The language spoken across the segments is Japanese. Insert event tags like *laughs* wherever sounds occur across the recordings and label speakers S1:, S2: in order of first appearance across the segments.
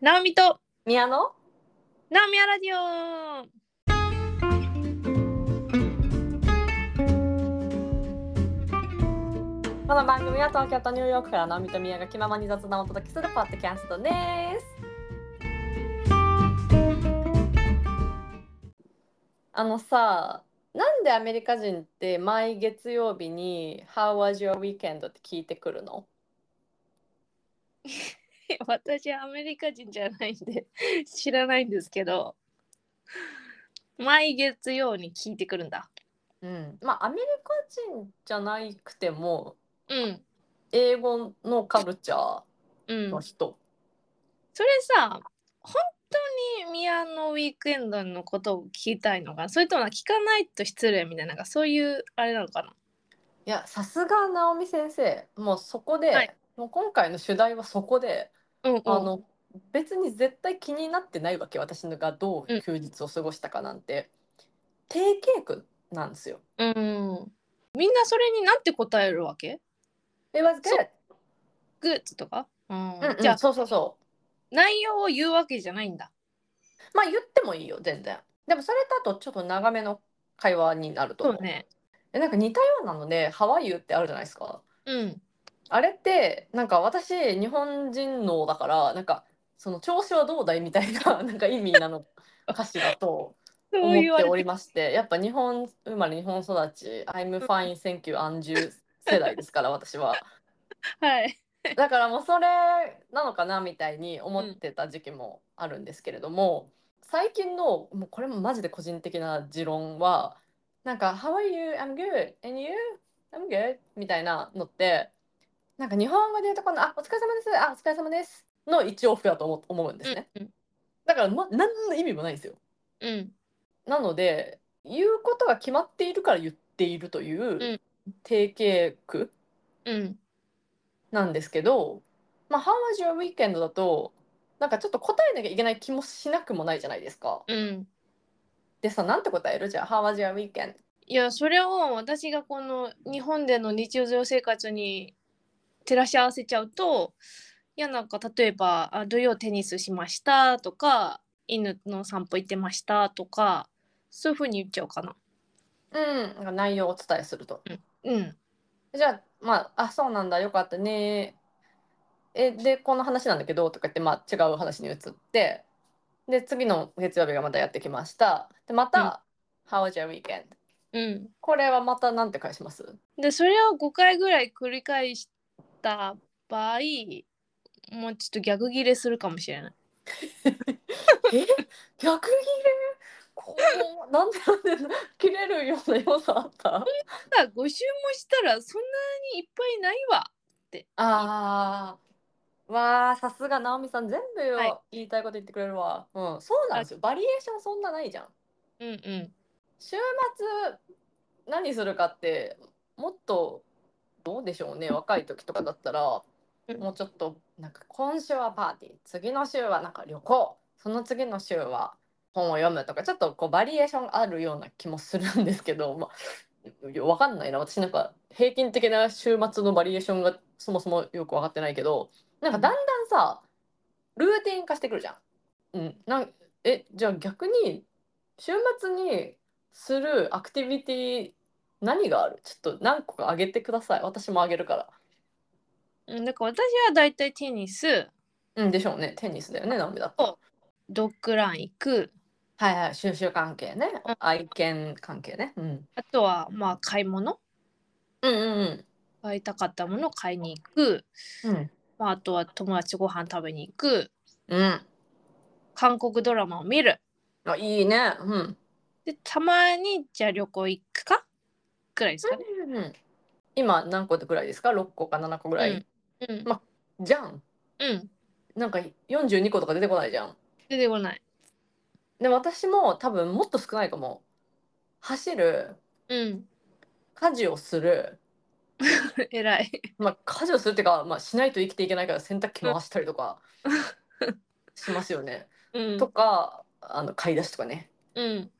S1: ナオミと
S2: 宮野
S1: ナオミアラジオ *laughs*
S2: この番組は東京とニューヨークからナオミと宮が気ままに雑談をお届けするポッドキャストです。あのさなんでアメリカ人って毎月曜日に「How was your weekend?」って聞いてくるの
S1: 私アメリカ人じゃないんで *laughs* 知らないんですけど毎月曜に聞いてくるんだ
S2: うん、まあアメリカ人じゃなくても
S1: うん
S2: 英語のカルチャ
S1: う
S2: ー
S1: ん
S2: の人、
S1: それさ本当に宮のウィークエンドのことを聞きたいのかそれとも聞かないと失礼みたいななんかそういうあれなのかない
S2: やさすが直美先生もうそこで、
S1: はい
S2: もう今回の主題はそこで
S1: うんうん
S2: あの別に絶対気になってないわけ私がどう休日を過ごしたかなんて、定型句なんですよ。
S1: うんみんなそれになんて答えるわけ
S2: It was good.
S1: グッズとか、うん
S2: うんうん
S1: じゃあ
S2: そうそうそ
S1: 内容を言うわけじゃないんだ
S2: う。まあ言ってもいいよ全然。でもそれだとちょっと長めの会話になると
S1: そ
S2: 思う。
S1: うね
S2: えなんか似たようなので「ハワイユ」ってあるじゃないですか。
S1: うん
S2: あれってなんか私日本人のだからなんかその調子はどうだいみたいな *laughs* なんか意味
S1: *laughs*
S2: なの歌詞だと。
S1: そ
S2: 思
S1: う
S2: っ
S1: 言わ
S2: て
S1: れ
S2: お
S1: て
S2: りましてやっぱ日本生まれ日本育ち I'm fine thank you and you 世代で
S1: *laughs*
S2: すから私は
S1: はい
S2: だからもうそれなのかなみたいに思ってた時期もあるんですけれども、最近のもうこれもマジで個人的な持論はなんか「How are you? I'm good and you? I'm good」みたいなのってなんか日本語で言うとこの「あお疲れ様です」「あお疲れ様です」の一往復だと思思うんですね、
S1: うん
S2: だから、ま、何の意味もないんですよ
S1: うん
S2: なので言うことが決まっているから言っているというん定型句
S1: うん
S2: なんですけど、まあ「How was your weekend?」だとなんかちょっと答えなきゃいけない気もしなくもないじゃないですか。
S1: うん
S2: でさなんて答えるじゃあ「How was your weekend?」
S1: いやそれを私がこの日本での日常生活に照らし合わせちゃうといやなんか例えばあ「土曜テニスしました」とか「犬の散歩行ってました」とかそういうふうに言っちゃうかな。
S2: うん、なんか内容をお伝えすると。
S1: うん、
S2: じゃあまあ「あそうなんだよかったね」えでこの話なんだけどとか言って、まあ、違う話に移ってで次の月曜日がまたやってきました。でまた「How was your weekend?」
S1: うん
S2: これはまたなんて返します
S1: でそれを5回ぐらい繰り返した場合もうちょっと逆ギレするかもしれない。
S2: え逆切れこうなんでなんで切れるような要素あった
S1: ただ5周もしたらそんなにいっぱいないわ。
S2: あーわあさすが直美さん全部
S1: はい
S2: を言いたいこと言ってくれるわ、うんそうなんですよバリエーションそんなないじゃん
S1: うんうん
S2: 週末何するかってもっとどうでしょうね若い時とかだったら
S1: うん
S2: もうちょっとなんか今週はパーティー次の週はなんか旅行その次の週は本を読むとかちょっとこうバリエーションあるような気もするんですけ
S1: *laughs*
S2: ど、まあ、いやわかんないな私なんか平均的な週末のバリエーションがそもそもよく分かってないけどなんかだんだんさルーティン化してくるじゃん。うん、なんえじゃあ逆に週末にするアクティビティ何があるちょっと何個かあげてください私もあげるから
S1: うん。だから私はだいたいテニス
S2: うんでしょうねテニスだよねなんでだっ
S1: そうドッグラン行く
S2: はいはい収集関係ね
S1: うん
S2: 愛犬関係ね、うん、
S1: あとはまあ買い物
S2: うんうん
S1: 買いたかったものを買いに行く、
S2: うん
S1: まあ、あとは友達ご飯食べに行く
S2: うん
S1: 韓国ドラマを見る
S2: あいいねうん
S1: でたまにじゃあ旅行行くかくらいですかね。
S2: うんうん今何個ぐらいですか6個か7個ぐらい、
S1: うん、
S2: じゃん
S1: うん、
S2: なんか42個とか出てこないじゃん
S1: 出てこない。
S2: で私も多分もっと少ないかも走る
S1: うん、 *laughs*
S2: 家事をする
S1: 偉い。
S2: まあ、家事をするっていうか、まあ、しないと生きていけないから洗濯機回したりとかしますよね。
S1: うん
S2: と、かあの買い出しとかね。
S1: うん、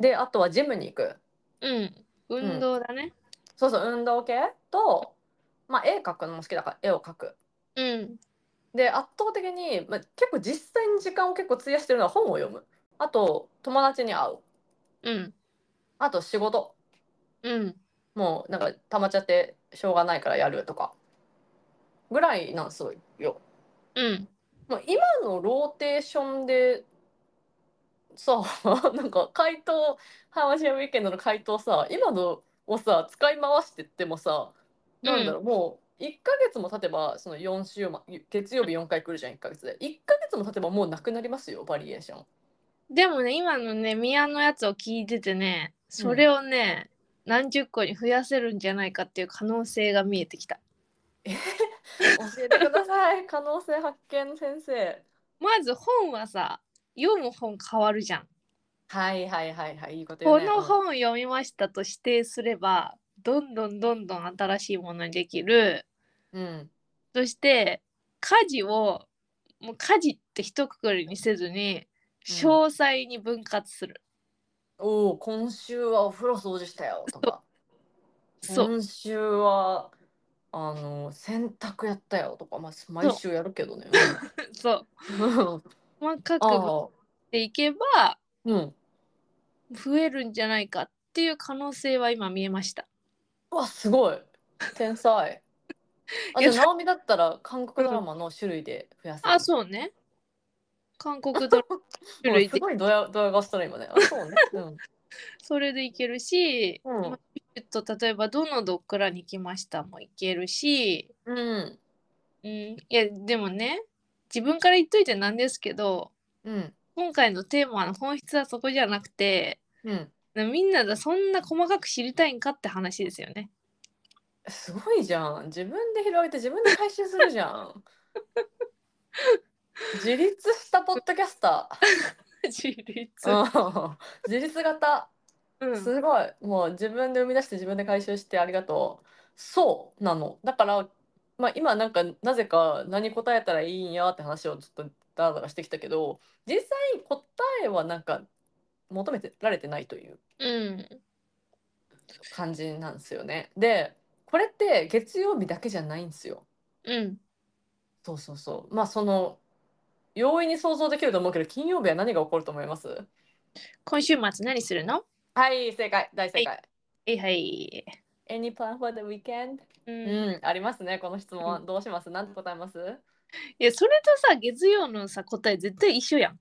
S2: であとはジムに行く
S1: うん、運動だね。
S2: そうそう運動系と、まあ、絵描くのも好きだから絵を描く。
S1: うん、
S2: で圧倒的に、まあ、結構実際に時間を結構費やしてるのは本を読むあと友達に会う
S1: うん
S2: あと仕事
S1: うん
S2: もうなんか溜まっちゃってしょうがないからやるとかぐらいなんですよ。
S1: うん
S2: もう今のローテーションでさ *laughs* なんか回答話し合う意見の回答さ今のをさ使い回してってもさなんだろう、もう1ヶ月も経てばその4週ま月曜日4回来るじゃん1ヶ月で1ヶ月も経てばもうなくなりますよバリエーション。
S1: でもね今のね宮のやつを聞いててねそれをね、何十個に増やせるんじゃないかっていう可能性が見えてきた
S2: 教えてくださ *laughs* い可能性発見先生。
S1: まず本はさ読む本変わるじゃん、
S2: はいはいはいはいいいこと言
S1: こ
S2: うね。
S1: の
S2: うん
S1: 本を読みましたと指定すればどんどんどんどん新しいものにできる
S2: うん
S1: そして家事をもう家事って一括りにせずに詳細に分割する、
S2: おお今週はお風呂掃除したよとか
S1: そう
S2: 今週はあの洗濯やったよとか、まあ、毎週やるけ
S1: *laughs*
S2: どね。
S1: そう
S2: うん
S1: 細かく
S2: あ
S1: 分っ
S2: あ
S1: ていけば
S2: うん。
S1: 増えるんじゃないかっていう可能性は今見えました
S2: うわすごい
S1: *laughs*
S2: 天才。あ
S1: い
S2: じ
S1: や
S2: ゃあ直美だったら韓国ドラマの種類で増やせる。
S1: あそうね韓国ドラマ種
S2: うん
S1: 類 *laughs*
S2: す
S1: で
S2: ごいドヤドヤ顔したら今ね。あ
S1: *laughs*
S2: そうね。うん
S1: それでいけるし、
S2: うん
S1: えっと、例えば「どのドッグランに来ました」もいけるし、
S2: うん
S1: うん、いやでもね自分から言っといてなんですけど
S2: うん
S1: 今回のテーマの本質はそこじゃなくて
S2: うん。
S1: みんながそんな細かく知りたいんかって話ですよね。
S2: すごいじゃん。自分で拾えて自分で回収するじゃ
S1: *laughs*
S2: ん。自立したポッドキャスタ
S1: *laughs* 自立、
S2: ー。うん自立型。
S1: うん
S2: すごい。もう自分で生み出して自分で回収してありがとう。そうなの。だから、まあ、今なんかなぜか何答えたらいいんやって話をちょっとダラダラしてきたけど実際答えはなんか求めてられてないという
S1: うん
S2: 感じなんですよね。でこれって月曜日だけじゃないんですよ。
S1: うん
S2: そうそうそう。まあその容易に想像できると思うけど金曜日は何が起こると思います
S1: 今週末何するの
S2: はい正解大正解。
S1: はいはい。
S2: Any plan for the weekend?
S1: う
S2: うんんありますねこの質
S1: う
S2: 問どうします何て答えます
S1: いやそれとさ月曜のさ答え絶対一緒やん。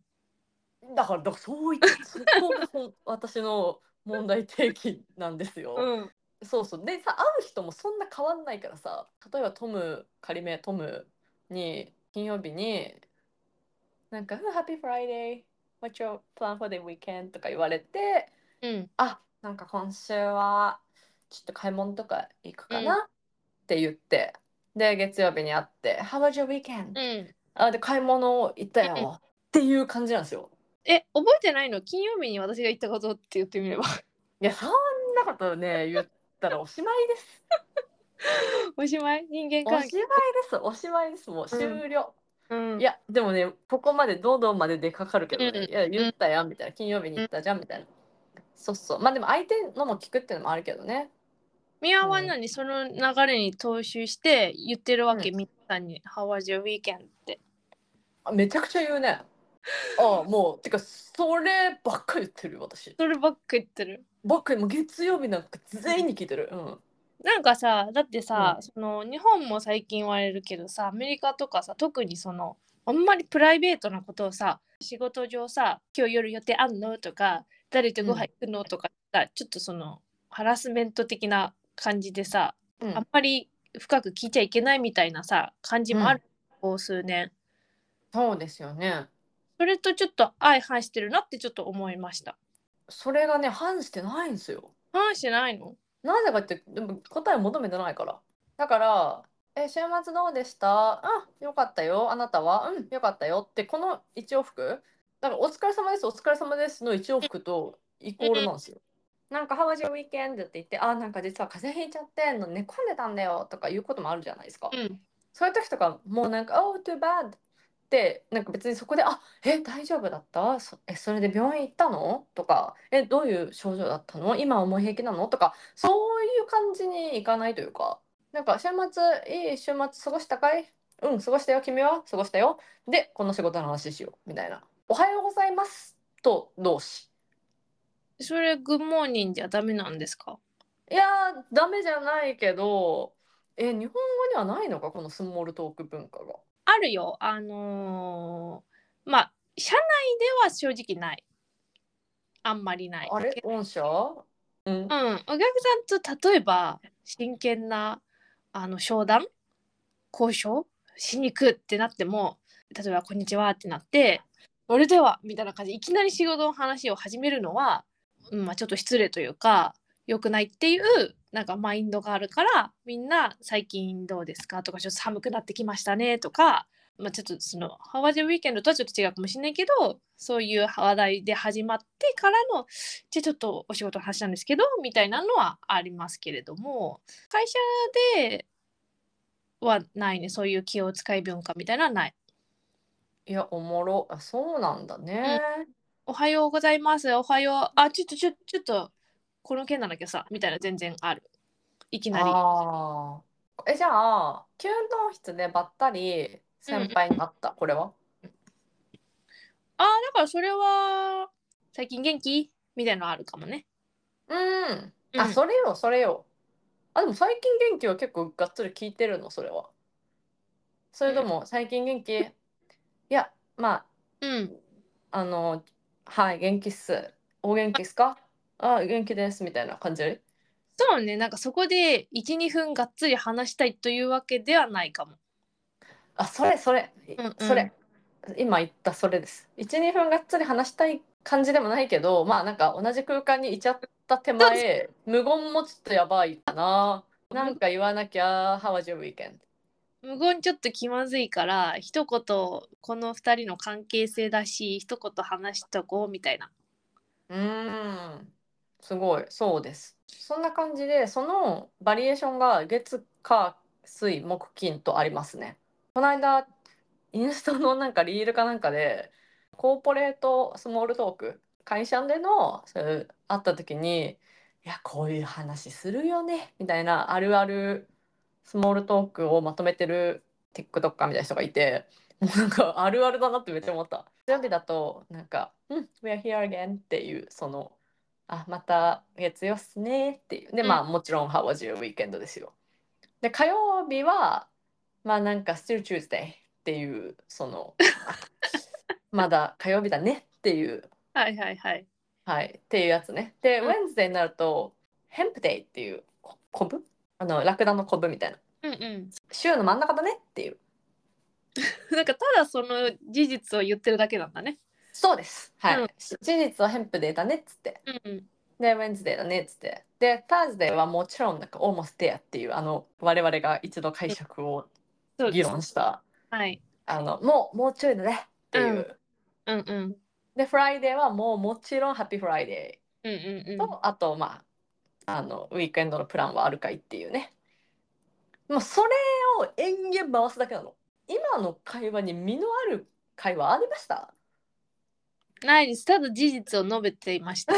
S2: だからだからそういったそこがほん私の問題提起なんですよ。
S1: うん
S2: そうそうでさ会う人もそんな変わんないからさ例えばトム仮名トムに金曜日になんか「Happy Friday What's your plan for the weekend?」とか言われて
S1: うん
S2: 「あなんか今週はちょっと買い物とか行くかな」って言ってで月曜日に会って「How was your weekend?、
S1: うん。
S2: あで買い物行った
S1: うん
S2: よ」っていう感じなんですよ。
S1: え覚えてないの金曜日に私が言ったことって言ってみれば *laughs*
S2: いやそんなこと *laughs* ね言ったらおしまいです。
S1: おしまい人間
S2: おしま
S1: 関
S2: いで
S1: 係。
S2: す。おしまいです。もう終了。
S1: うん
S2: いやでもねここまで堂々まで出かかるけどね、
S1: うん
S2: いや言ったやんみたいな金曜日に行ったじゃんみたいな、そうそうまあでも相手のも聞くっていうのもあるけどね
S1: 宮は何その流れに踏襲して言ってるわけ、
S2: う
S1: 皆さんに「How was your weekend?」って。
S2: あめちゃくちゃ言うねああもうてかそればっかり言ってる私
S1: そればっか言ってる。
S2: ばっかりもう月曜日なんか全員に聞いてるうん
S1: なんかさだってさ、その日本も最近言われるけどさアメリカとかさ特にそのあんまりプライベートなことをさ仕事上さ「今日夜予定あんの?」とか「誰とご飯行くの?」とかさちょっとそのハラスメント的な感じでさ
S2: うん
S1: あんまり深く聞いちゃいけないみたいなさ感じもある、こう数年
S2: そうですよね
S1: それとちょっと相反してるなってちょっと思いました
S2: それがね反してないんですよ
S1: 反してないの
S2: なぜかってでも答え求めてないからだから「え週末どうでしたあよかったよあなたはうんよかったよ」ってこの一往復だから「お疲れ様ですお疲れ様です」の一往復とイコールなんですよ。なんか「ハワジ w ウィーケンド」って言って「あなんか実は風邪ひいちゃってんの寝込んでたんだよ」とかいうこともあるじゃないですか。
S1: うん
S2: そういう時とかもうなんか「Oh too bad」ってなんか別にそこで「あえ大丈夫だったそえそれで病院行ったの?」とか「えどういう症状だったの今はもう平気なの?」とかそういう感じにいかないというかなんか「週末いい週末過ごしたかいうん、過ごしたよ、君は過ごしたよ。で、この仕事の話しよう。みたいな。おはようございます。と同士。
S1: それ、グッモーニングじゃダメなんですか
S2: いやー、ダメじゃないけど、え、日本語にはないのか、このスモールトーク文化が。
S1: あるよ。あのーまあ、社内では正直ない。あんまりない。
S2: あれ御社う
S1: う。
S2: ん
S1: ん、お客さんと例えば真剣なあの商談交渉しに行くってなっても例えば「こんにちは」ってなって「それでは」みたいな感じでいきなり仕事の話を始めるのは、うんまあ、ちょっと失礼というか良くないっていうなんかマインドがあるからみんな「最近どうですか?」とか「ちょっと寒くなってきましたね」とか、まあ、ちょっとその「ハワジウィーケンド」とはちょっと違うかもしれないけどそういう話題で始まってからのじゃあちょっとお仕事の話なんですけどみたいなのはありますけれども会社ではないねそういう気を使い文化みたいなのはない。
S2: いや、おもろ。あ、そうなんだね。
S1: おはようございますおはようあちょっとちょちょっとこの件なんだけどさみたいな全然あるいきなり。
S2: ああ。え、じゃあ、給湯室でばったり先輩になった、これは
S1: あーだからそれは最近元気みたいなのあるかもね。
S2: うん。
S1: うん
S2: あ、それよ、それよ。あ、でも最近元気は結構がっつり聞いてるの、それは。それとも、最近元気いや、ま
S1: うん
S2: あ、あの、はい、元気っす。お元気っすかあ、元気です、みたいな感じ
S1: そうねなんかそこで12分がっつり話したいというわけではないかも。
S2: あ、それ、それ、
S1: うんうん
S2: それ。今言ったそれです。1、2分がっつり話したい感じでもないけど、まあなんか同じ空間にいちゃった
S1: *laughs*
S2: 手前、無言もちょっとやばいかな。なんか言わなきゃ、How was your weekend?
S1: 無言ちょっと気まずいから一言この2人の関係性だし一言話しとこうみたいな
S2: うーん、すごい、そうです。そんな感じで、そのバリエーションが月、火、水、木、金とありますね。この間、インスタのなんかリールかなんかで、コーポレートスモールトーク、会社での、そういう、会った時に、いや、こういう話するよね、みたいな、あるあるスモールトークをまとめてる TikToker みたいな人がいて、なんかあるあるだなってめっちゃ思った。ジャンビだとなんか「うん We're here again」っていうその「あまた月曜っすね」っていうで
S1: うん
S2: まあもちろん「How was your weekend」ですよ。で火曜日はまあなんか「Still Tuesday」っていうそ
S1: *laughs*
S2: の「まだ火曜日だね」っていう
S1: はいはいはい
S2: はいっていうやつね。で
S1: うん
S2: Wednesday になると「Hemp Day」っていうこコブあのラクダのコブみたいな
S1: うんうん
S2: 週の真ん中だねっていう
S1: なんかただその事実を言ってるだけなんだね
S2: そうですはい、
S1: うん
S2: し事実はヘンプデーだねっつって
S1: うんうん
S2: で、ウェンズデーだねっつって。で、ターズデーはもちろん、なんか、オーモステアっていう、あの、我々が一度解釈を
S1: そう
S2: 議
S1: です
S2: 論した、
S1: はい
S2: あの、もう、もうちょいだねっていう。
S1: うんうんうんうん
S2: で、フライデーはもう、もちろん、ハッピーフライデ
S1: うん
S2: ー
S1: うん
S2: と、あと、まあ、あの、ウィークエンドのプランはあるかいっていうね。もう、それを延々回すだけなの。今の会話に身のある会話ありました
S1: ないですただ事実を述べていました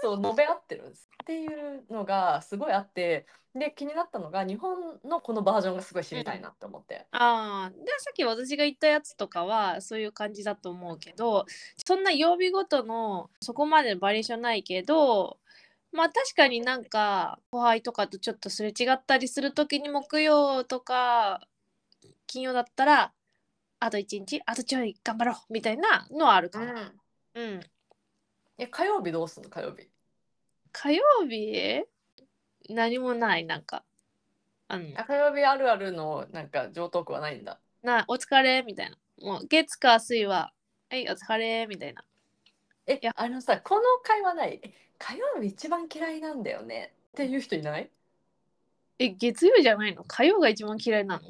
S2: そう述べ合ってるんですっていうのがすごいあってで気になったのが日本のこのバージョンがすごい知りたいなって思って、
S1: ああでさっき私が言ったやつとかはそういう感じだと思うけどそんな曜日ごとのそこまでのバリエーションないけどまあ確かになんか後輩とかとちょっとすれ違ったりする時に木曜とか金曜だったらあと1日あとちょい頑張ろうみたいなのはあるかも。うん、
S2: え火曜日どうすんの火曜日
S1: 火曜日何もないなんかあの
S2: あ火曜日あるあるのなんか上等句はないんだ
S1: なお疲れみたいなもう月火水ははいお疲れみたいな。
S2: えい
S1: や
S2: やあのさこの会話ないえ火曜日一番嫌いなんだよねっていう人いない
S1: え、月曜じゃないの火曜が一番嫌いなの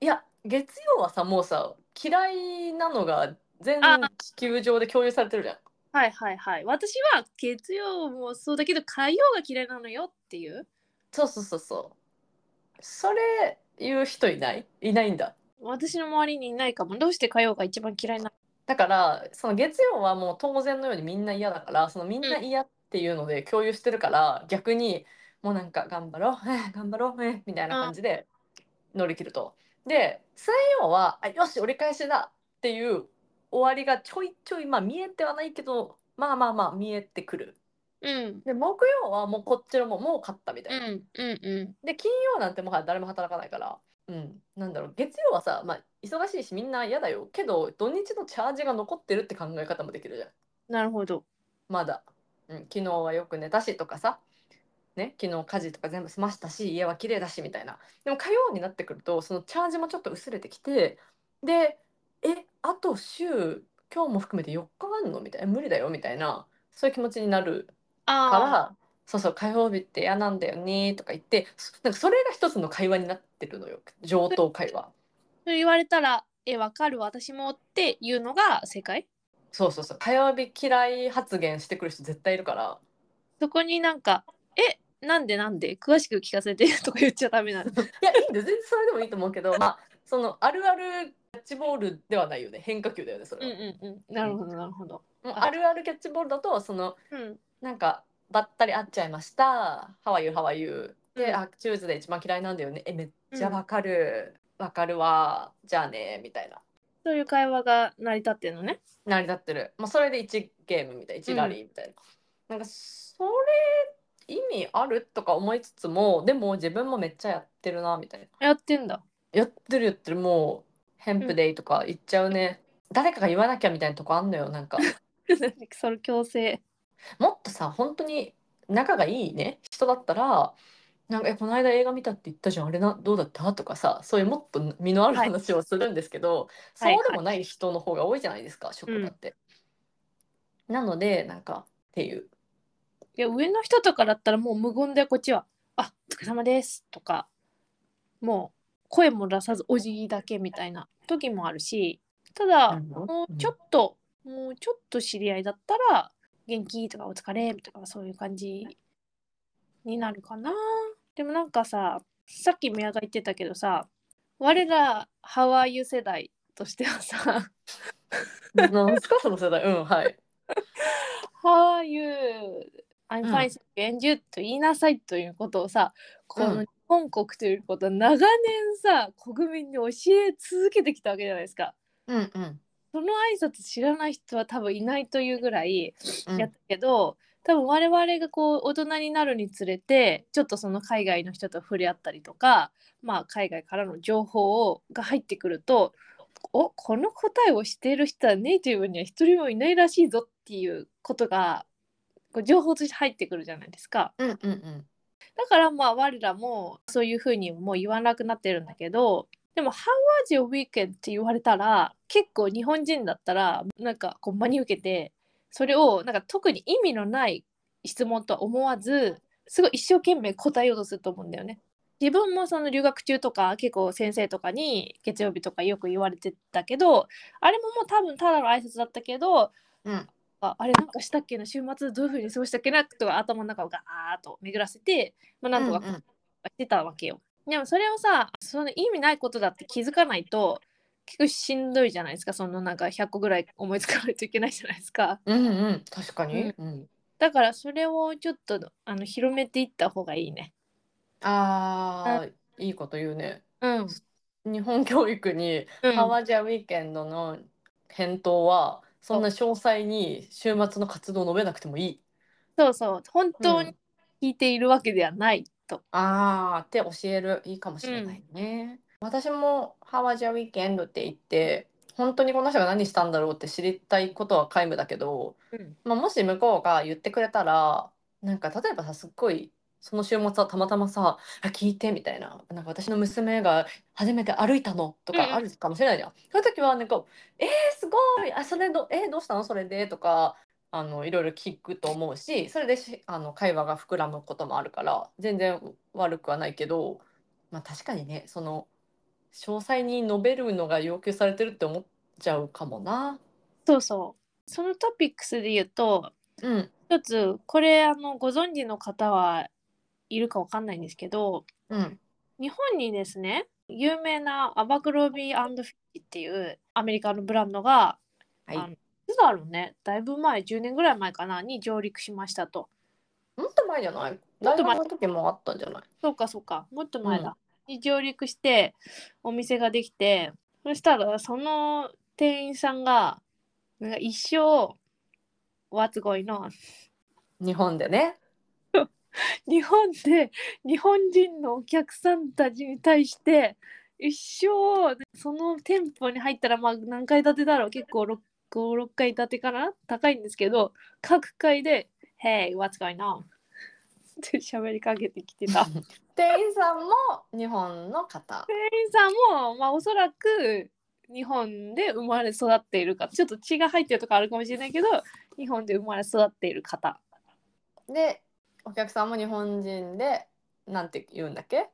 S2: いや月曜はさもうさ嫌いなのが全
S1: あ
S2: 地球上で共有されてるじゃん
S1: はいはいはい。私は月曜もそうだけど火曜が嫌いなのよっていう。
S2: そうそうそうそうそれ言う人いないいないんだ
S1: 私の周りにいないかも。どうして火曜が一番嫌いなの
S2: だからその月曜はもう当然のようにみんな嫌だからそのみんな嫌っていうので共有してるから *laughs* 逆にもうなんか頑張ろう、えー頑張ろう、えーみたいな感じで乗り切ると。で水曜は「あよし折り返しだ!」っていう終わりがちょいちょいまあ見えてはないけどまあまあまあ見えてくる
S1: うん
S2: で木曜はもうこっちのももう勝ったみた
S1: う
S2: いな、
S1: んうんうん
S2: で金曜なんてもはや誰も働かないから、うん、なんだろう月曜はさ、まあ、忙しいしみんな嫌だよけど土日のチャージが残ってるって考え方もできるじゃん
S1: なるほど
S2: まだ、うん、昨日はよく寝たしとかさね昨日家事とか全部済ましたし家は綺麗だしみたいなでも火曜になってくるとそのチャージもちょっと薄れてきてでえあと週今日も含めて4日あんのみたいな無理だよみたいなそういう気持ちになるか
S1: ああ
S2: らそうそう火曜日って嫌なんだよねとか言ってそなんかそれが一つの会話になってるのよ上等会話
S1: そう言われたら「えわかる私も」っていうのが正解
S2: そうそうそう火曜日嫌い発言してくる人絶対いるから
S1: そこになんか「えなんでなんで詳しく聞かせて」とか言っちゃダメなの
S2: いやいいんだよ全然それでもいいと思うけどまあそのあるあるキャッチボールではないよね変化球だよねそれは、
S1: んうんなるほどなるほど
S2: もうあるあるキャッチボールだとその
S1: うん
S2: なんかばったり会っちゃいました「ハワイユハワイユ」
S1: う
S2: で「
S1: ん
S2: あチューズで一番嫌いなんだよねえめっちゃわかるわ、かるわじゃあね」みたいな
S1: そういう会話が成り立ってるのね
S2: 成り立ってる、まあ、それで1ゲームみたい1ラリーみたいな、なんかそれ意味あるとか思いつつもでも自分もめっちゃやってるなみたいな。
S1: やってん *laughs* だ
S2: やってるやってるもうヘンプデイとか言っちゃうね、誰かが言わなきゃみたいなとこあんのよなんか
S1: その強制
S2: もっとさ本当に仲がいいね人だったらなんかえこの間映画見たって言ったじゃんあれなどうだったとかさそういうもっと身のある
S1: はい
S2: 話をするんですけど、
S1: はい
S2: そうでもない人の方が多いじゃないですか、職場って。なのでなんかっていう
S1: いや上の人とかだったらもう無言でこっちは「あお疲れ様です」とかもう声も出さずお辞儀だけみたいな時もあるしただ、もうちょっと、もうちょっと知り合いだったら、元気とかお疲れとかそういう感じになるかな。でもなんかさ、さっき宮が言ってたけどさ、我らハワイユ世代としてはさ、
S2: となんすかその世代うんはい
S1: How are you? I'm
S2: うん
S1: fine, thank you, and you と言いなさいということをさ、こ
S2: う
S1: の
S2: ん
S1: 日本国ということを長年さ、国民に教え続けてきたわけじゃないですか。
S2: うんうん
S1: その挨拶知らない人は多分いないというぐらい、
S2: うん
S1: やったけど、多分我々がこう大人になるにつれてちょっとその海外の人と触れ合ったりとか、まあ、海外からの情報をが入ってくるとおこの答えをしている人はネイティブには一人もいないらしいぞっていうことがこう情報として入ってくるじゃないですか。
S2: うんうんうん
S1: だからまあ我らもそういうふうにもう言わなくなってるんだけどでも「How was your weekend?」って言われたら結構日本人だったらなんかこう真に受けてそれをなんか特に意味のない質問とは思わずすごい一生懸命答えようとすると思うんだよね。自分もその留学中とか結構先生とかに月曜日とかよく言われてたけどあれももう多分ただの挨拶だったけど
S2: うん
S1: ああれなんかしたっけな週末どういうふうに過ごしたっけなとか頭の中をガーッと巡らせて、まあ、なんとか
S2: うんうん
S1: してたわけよ。でもそれをさその意味ないことだって気づかないと結構しんどいじゃないですかそのなんか100個ぐらい思いつかないといけないじゃないですか。
S2: うんうん確かに、うん、
S1: だからそれをちょっとあの広めていった方がいいね。
S2: あーいいこと言うね
S1: うん。
S2: 日本教育に
S1: うん、
S2: ハワジャウィーケンドの返答はそんな詳細に週末の活動を述べなくてもいい
S1: そうそう本当に聞いているわけではないと。
S2: あーって教えるいいかもしれないね、私もハワジャウィーケンドって言って本当にこの人が何したんだろうって知りたいことは皆無だけど、
S1: うん
S2: まあ、もし向こうが言ってくれたらなんか例えばさすっごいその週末はたまたまさ「あ聞いて」みたいな「なんか私の娘が初めて歩いたの」と
S1: うん
S2: かあるかもしれないじゃん。そういう時はなんか「えー、すごいあそれどえーどうしたのそれで」とかあのいろいろ聞くと思うしそれでしあの会話が膨らむこともあるから全然悪くはないけど、まあ、確かにねその詳細に述べるのが要求されてるって思っちゃうかもな。
S1: そうそう。そのトピックスで言うと
S2: うん、
S1: 一つこれあのご存知の方はいるかわかんないんですけど
S2: うん、
S1: 日本にですね有名なアバクロビーフィッチっていうアメリカのブランドが
S2: はい。
S1: あのいつだろうねだいぶ前10年ぐらい前かなに上陸しましたと
S2: もっと前じゃない
S1: もっ
S2: 大
S1: と
S2: 学
S1: 前
S2: の時もあったんじゃない
S1: そうかそうかもっと前だ、に上陸してお店ができてそしたらその店員さんがなんか一生 What's going on?
S2: 日本でね
S1: 日本で日本人のお客さんたちに対して一生その店舗に入ったらまあ何階建てだろう結構56階建てかな高いんですけど各階で「Hey what's going on?」って喋りかけてきて *laughs* た
S2: 店員さんも日本の方
S1: 店員さんも、まあ、おそらく日本で生まれ育っている方ちょっと血が入ってるとかあるかもしれないけど日本で生まれ育っている方
S2: でお客さんも日本人でなんて言うんだっけ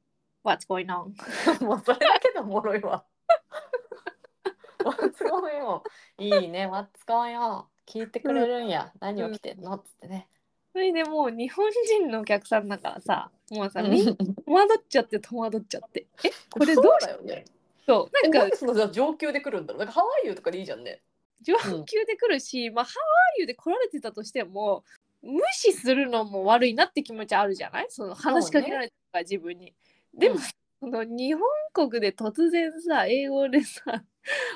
S2: *laughs*
S1: What's going on?
S2: もうそれだけでおもろいわ。What's going on? いいね、What's going on? 聞いてくれるんや。何起きてんのっつってね。
S1: それでもう日本人のお客さんだからさもうさみんな
S2: うん
S1: 戸惑っちゃって戸惑っちゃってえこれどう
S2: そう
S1: し
S2: だよね。
S1: とな
S2: え
S1: ん
S2: な
S1: か
S2: んでそのじゃあ上級で来るんだろう。なんかハワイユとかでいいじゃんね。
S1: 上級で来るし、まあ、ハワイで来られてたとしても無視するのも悪いなって気持ちあるじゃないその話しかけられたから自分に。でも、
S2: うん
S1: その日本国で突然さ英語でさ *laughs*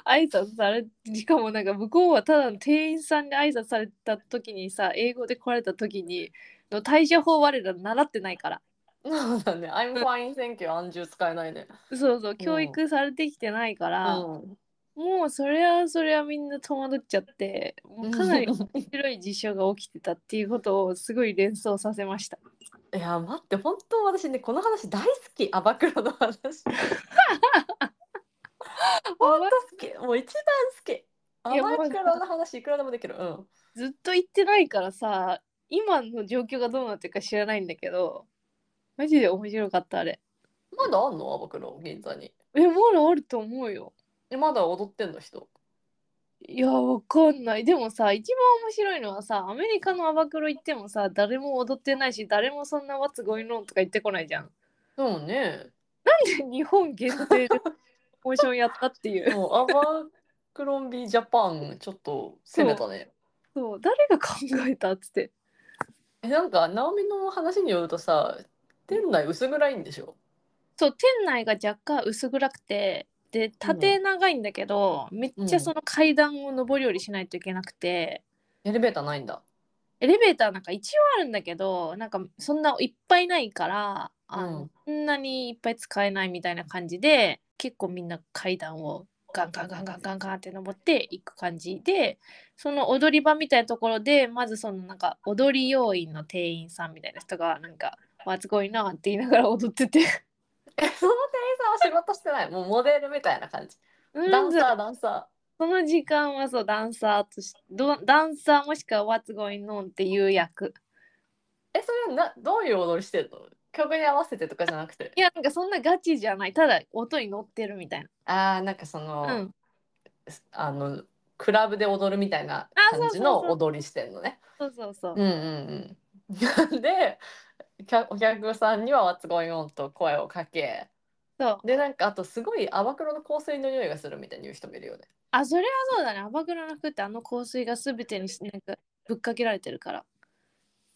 S1: 挨拶されしかもなんか向こうはただの店員さんに挨拶された時にさ英語で来られた時にの対処法我ら習ってないから
S2: そうだね。I'm fine, thank you. 安住使えないね。
S1: そうそう教育されてきてないか
S2: う
S1: ら、
S2: ん。
S1: もうそれはそれはみんな戸惑っちゃってもうかなり面白い事象が起きてたっていうことをすごい連想させました。
S2: いや待って本当私ねこの話大好きアバクロの話 *laughs* 本当好きもう一番好きア
S1: いや
S2: バクロの話いくらでもできるうん
S1: ずっと行ってないからさ今の状況がどうなってるか知らないんだけどマジで面白かったあれ。
S2: まだあんのアバクロ銀座に
S1: えまだあると思うよ。
S2: えまだ踊ってんの人
S1: いやわかんないでもさ一番面白いのはさアメリカのアバクロ行ってもさ誰も踊ってないし誰もそんな「What's going on?」とか言ってこないじゃん。
S2: そうね
S1: なんで日本限定でモーションやったっていう。
S2: *laughs* もうアバクロンビージャパンちょっと攻めたね
S1: そう誰が考えたっつって
S2: えなんかナオミの話によるとさ店内薄暗いんでしょ
S1: そう店内が若干薄暗くてで縦長いんだけど、めっちゃその階段を上り下りしないといけなくて、
S2: エレベーターないんだ
S1: エレベーターなんか一応あるんだけどなんかそんないっぱいないからあの、
S2: うん
S1: そんなにいっぱい使えないみたいな感じで結構みんな階段をガンガンガンガンガンガンって登っていく感じでその踊り場みたいなところでまずそのなんか踊り要員の店員さんみたいな人がなんか「わすごいな」って言いながら踊ってて。
S2: えその店員さんは仕事してないもうモデルみたいな感じダンサーダンサ
S1: その時間はそうダンサーとしどダンサーもしくは「What's going on」っていう役
S2: ーえそれはなどういう踊りしてるの曲に合わせてとかじゃなくて
S1: いやなんかそんなガチじゃないただ音に乗ってるみたい
S2: あーなんかそ
S1: な、う
S2: の、
S1: ん、
S2: あのクラブで踊るみたいな
S1: あ
S2: 感じ
S1: そう
S2: の
S1: そう
S2: 踊りしてんのね
S1: そうそうそう、
S2: うんうん *laughs* うんで客お客さんには「What's going on?」と声をかけ
S1: そう
S2: でなんかあとすごいアバクロの香水の匂いがするみたいに言う人もいるよね
S1: あそれはそうだねアバクロの服ってあの香水が全てになんかぶっかけられてるから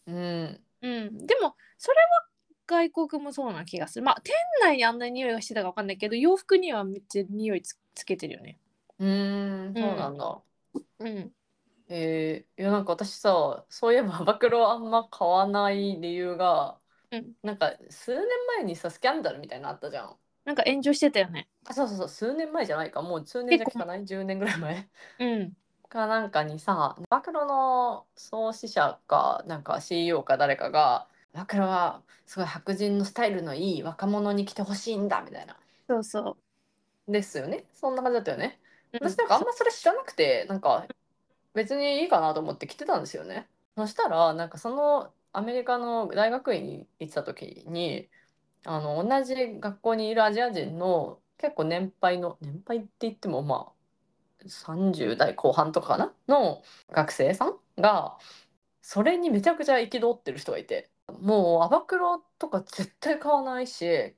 S2: うん
S1: うんでもそれは外国もそうな気がするまあ店内にあんな匂いがしてたかわかんないけど洋服にはめっちゃ匂いつつけてるよね
S2: うーんそうなんだ、
S1: うん
S2: えーいやなんか私さそういえばアバクロあんま買わない理由が、
S1: うん
S2: なんか数年前にさスキャンダルみたいなのあったじゃん
S1: なんか炎上してたよね
S2: あそうそうそう数年前じゃないかもう数年じゃ
S1: 結構
S2: 聞かない10年ぐらい前 *laughs*
S1: うん
S2: かなんかにさ暴露の創始者かなんか CEO か誰かが「暴露はすごい白人のスタイルのいい若者に来てほしいんだ」みたいな
S1: そうそう
S2: ですよねそんな感じだったよね
S1: うん
S2: 私なんかあんまそれ知らなくてなんか別にいいかなと思って来てたんですよねそしたらなんかそのアメリカの大学院に行ってた時にあの同じ学校にいるアジア人の結構年配の年配って言ってもまあ30代後半とかかなの学生さんがそれにめちゃくちゃ憤ってる人がいてもうアバクロとか絶対買わないし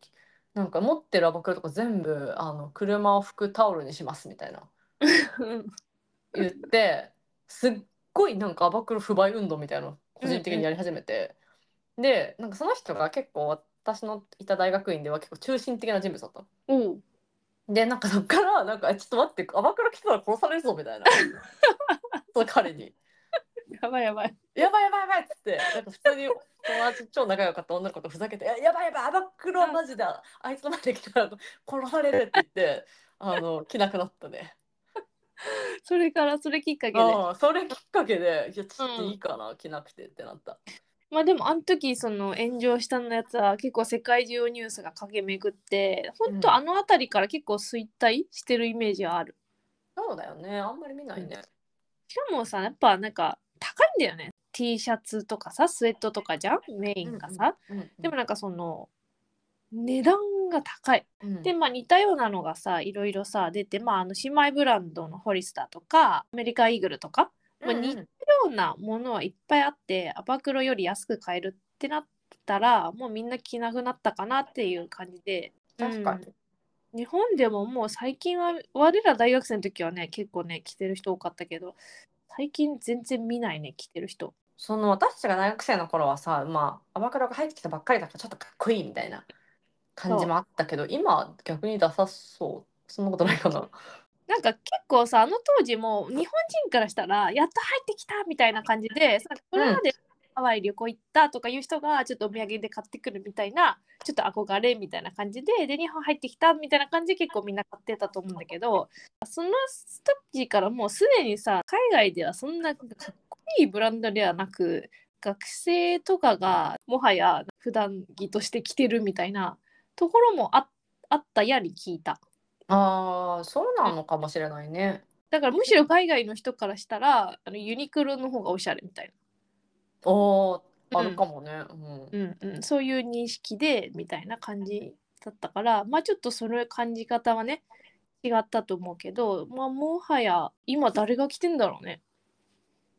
S2: なんか持ってるアバクロとか全部あの車を拭くタオルにしますみたいな
S1: *laughs* うん
S2: 言ってすっごいなんかアバクロ不買運動みたいなのを個人的にやり始めて、でなんかその人が結構私のいた大学院では結構中心的な人物だったの。
S1: おう
S2: でなんかそっからなんかちょっと待って天倉来たら殺されるぞみたいな *laughs* そう彼に
S1: やばいやばい。
S2: 「やばいやばいやばい」っつってなんか普通に友達超仲良かった女の子とふざけて「ややばいやばい天倉マジだあいつの前で来たら殺される」って言ってあの来なくなったね。
S1: それからそれきっかけで。
S2: あそれきっかけで「いやちょっといいかな、来なくて」ってなった。
S1: まあでもあの時その炎上したのやつは結構世界中をニュースが駆け巡って本
S2: う
S1: 当
S2: ん
S1: あの辺りから結構衰退してるイメージはある。
S2: そうだよねあんまり見ないね。
S1: しかもさやっぱなんか高いんだよね T シャツとかさスウェットとかじゃんメインがさ、でもなんかその値段が高い。
S2: うん
S1: でまあ似たようなのがさいろいろさ出てまああの姉妹ブランドのホリスターとかアメリカイーグルとかまあ
S2: うん
S1: にようなものはいっぱいあってアバクロより安く買えるってなったらもうみんな着なくなったかなっていう感じで
S2: 確かに、
S1: うん日本でももう最近は我ら大学生の時はね結構ね着てる人多かったけど最近全然見ないね着てる人
S2: その私たちが大学生の頃はさまあアバクラが入ってきたばっかりだからちょっとかっこいいみたいな感じもあったけど今逆にダサそうそんなことないかな
S1: なんか結構さあの当時も日本人からしたらやっと入ってきたみたいな感じでさこれまでハワイ旅行行ったとかいう人がちょっとお土産で買ってくるみたいなちょっと憧れみたいな感じでで日本入ってきたみたいな感じで結構みんな買ってたと思うんだけどその時からもうすでにさ海外ではそんなかっこいいブランドではなく学生とかがもはや普段着として着てるみたいなところもああったやり聞いた。
S2: あーそうなのかもしれないね
S1: だからむしろ海外の人からしたらあのユニクロの方がおしゃれみたい
S2: お
S1: う
S2: ー
S1: ん
S2: あるかもねうん、
S1: な、うんうん、そういう認識でみたいな感じだったからまあちょっとその感じ方はね違ったと思うけど、まあ、もはや今誰が着てんだろうね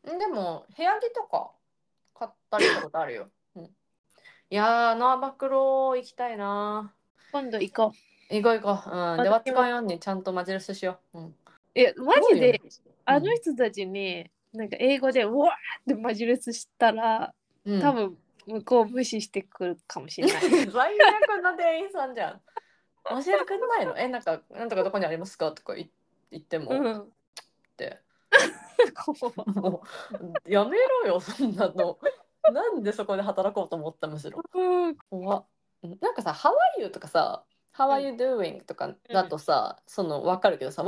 S2: でも部屋着とか買ったりしたことあるよ、うん、いやーあのアバクロ行きたいな
S1: 今度行こう
S2: 行こう行こう、うん、
S1: 私も
S2: でワッツカンヤンにちゃんとマジレスしよう、うん、
S1: えマジで、あの
S2: 人、
S1: 人たちになんか英語で「うわ!」ってマジレスしたら
S2: うん
S1: 多分向こう無視してくるかもしれない。
S2: *laughs* 最悪な店員さんじゃん。教えてくれないのえ、なんか、なんとかどこにありますかとかい言っても、
S1: う
S2: っ
S1: ん、
S2: て。
S1: こう
S2: もう、やめろよ、そんなの。なんでそこで働こうと思ったむしろ。
S1: うん
S2: 怖っうんなんかさ、ハワイユとかさ、ハワイユ doing とかだとさ、その、わかるけどさ、What's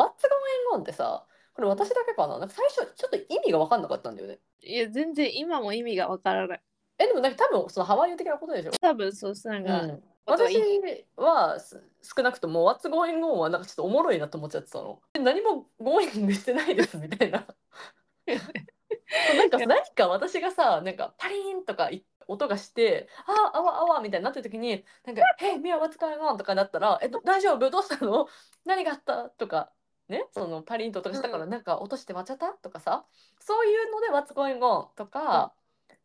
S2: going on ってさ、これ私だけかななんか最初、ちょっと意味が分かんなかったんだよね。
S1: いや全然今も意味がわからない。
S2: え、でもなんか多分、そのハワイユ的なことでしょ
S1: 多分そうなんか、
S2: うん、私はす少なくとも「What's going on?」はなんかちょっとおもろいなと思っちゃってたの。え何も「going」してないですみたいな。 *laughs* なんか何か私がさなんかパリーンとかい音がして「ああわあわ」みたいになってる時に「
S1: *laughs*
S2: なんか Hey, Mia, what's going on?」とかなったら「えっと大丈夫どうしたの何があった?」とか。ね、そのパリンと音がしたから
S1: う
S2: なんか落として割っちゃったとかさそういうので「What's going on?」とか、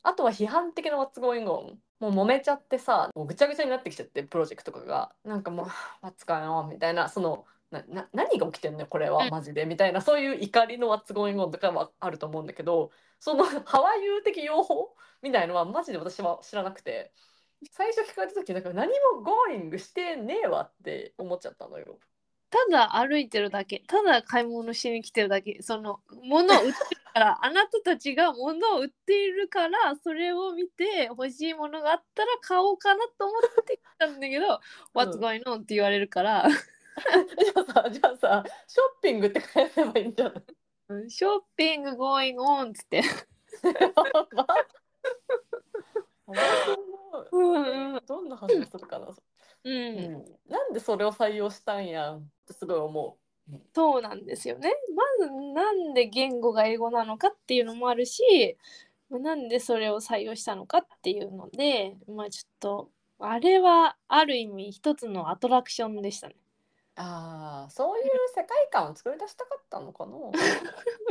S2: あとは批判的な What's going on? もう揉めちゃってさ、もうぐちゃぐちゃになってきちゃって、プロジェクトとかが。なんかもう、What's *sighs* going on? みたいな、その、な、な、何が起きてんのこれ
S1: う
S2: は、
S1: ん
S2: マジで。みたいな、そういう怒りの What's going on? とかはあると思うんだけど、その *laughs* ハワイユ的用法みたいのは、マジで私は知らなくて、最初聞かれた時、なんか何も going してねえわって思っちゃったのよ。
S1: ただ歩いてるだけただ買い物しに来てるだけその物を売ってるから *laughs* あなたたちが物を売っているからそれを見て欲しいものがあったら買おうかなと思ってきたんだけど「
S2: うん
S1: What's going on?」って言われるから *laughs*
S2: じゃあさ、じゃあさ、ショッピングって書いればいいんじゃない
S1: 「
S2: *laughs*
S1: ショッピング going on」っつって
S2: *laughs*
S1: うんうん
S2: どんな話をするかな、
S1: うん
S2: なんでそれを採用したんやんってすごい思う。
S1: そうなんですよねまずなんで言語が英語なのかっていうのもあるしなんでそれを採用したのかっていうのでまあちょっとあれはある意味一つのアトラクションでしたね。
S2: ああ、そういう世界観を作り出したかったのかな。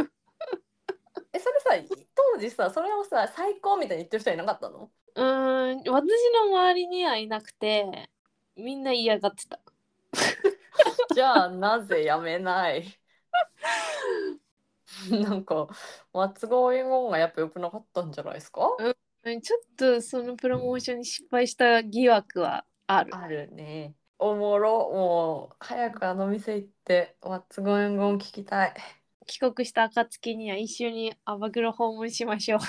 S2: *laughs* え、それさ、当時さ、それをさ、最高みたいに言ってる人いなかったの。
S1: うーん私の周りにはいなくてみんな嫌がってた。
S2: じゃあ、なぜやめない *laughs* なんか、松郷英語がやっぱ良くなかったんじゃないですか。
S1: うんちょっとそのプロモーションに失敗した疑惑はある。
S2: あるね。おもろ、もう早くあの店行って What's going on 聞きたい。
S1: 帰国した暁には一緒にアバグロ訪問しましょう。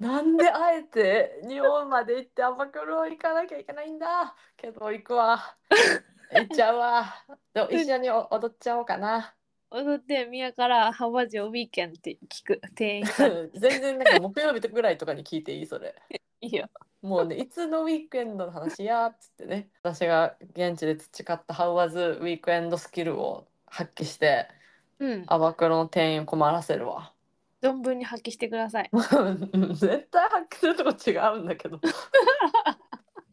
S1: *laughs*
S2: なんであえて日本まで行ってアバクロ行かなきゃいけないんだけど行くわ。行っちゃうわ。でも一緒にお踊っちゃおうかな。
S1: 踊って宮から「ハワジオウィーケン」って聞く店員さん
S2: 全然なんか木曜日とぐらいとかに聞いていいそれ。
S1: いいよ。
S2: もうね、いつのウィークエンドの話やっつってね、私が現地で培った How was ウィークエンドスキルを発揮して、
S1: うん。
S2: アバクロの店員困らせるわ。
S1: 存分に発揮してください。
S2: うん *laughs* 絶対発揮するとこ違うんだけど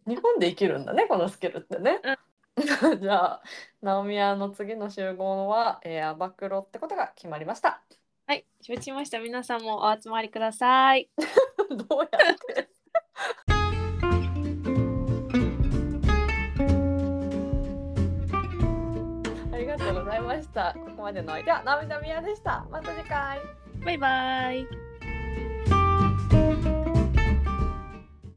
S2: 日本で生きるんだねこのスキルってね *laughs* じゃあナオミヤの次の集合は、えー、アバクロってことが決まりました *laughs*
S1: はい、承知しました。皆さんもお集まりください。
S2: どうやって *laughs* ありがとうございましたここまでのお相手はナオミとミヤでしたまた次回
S1: バイバイ。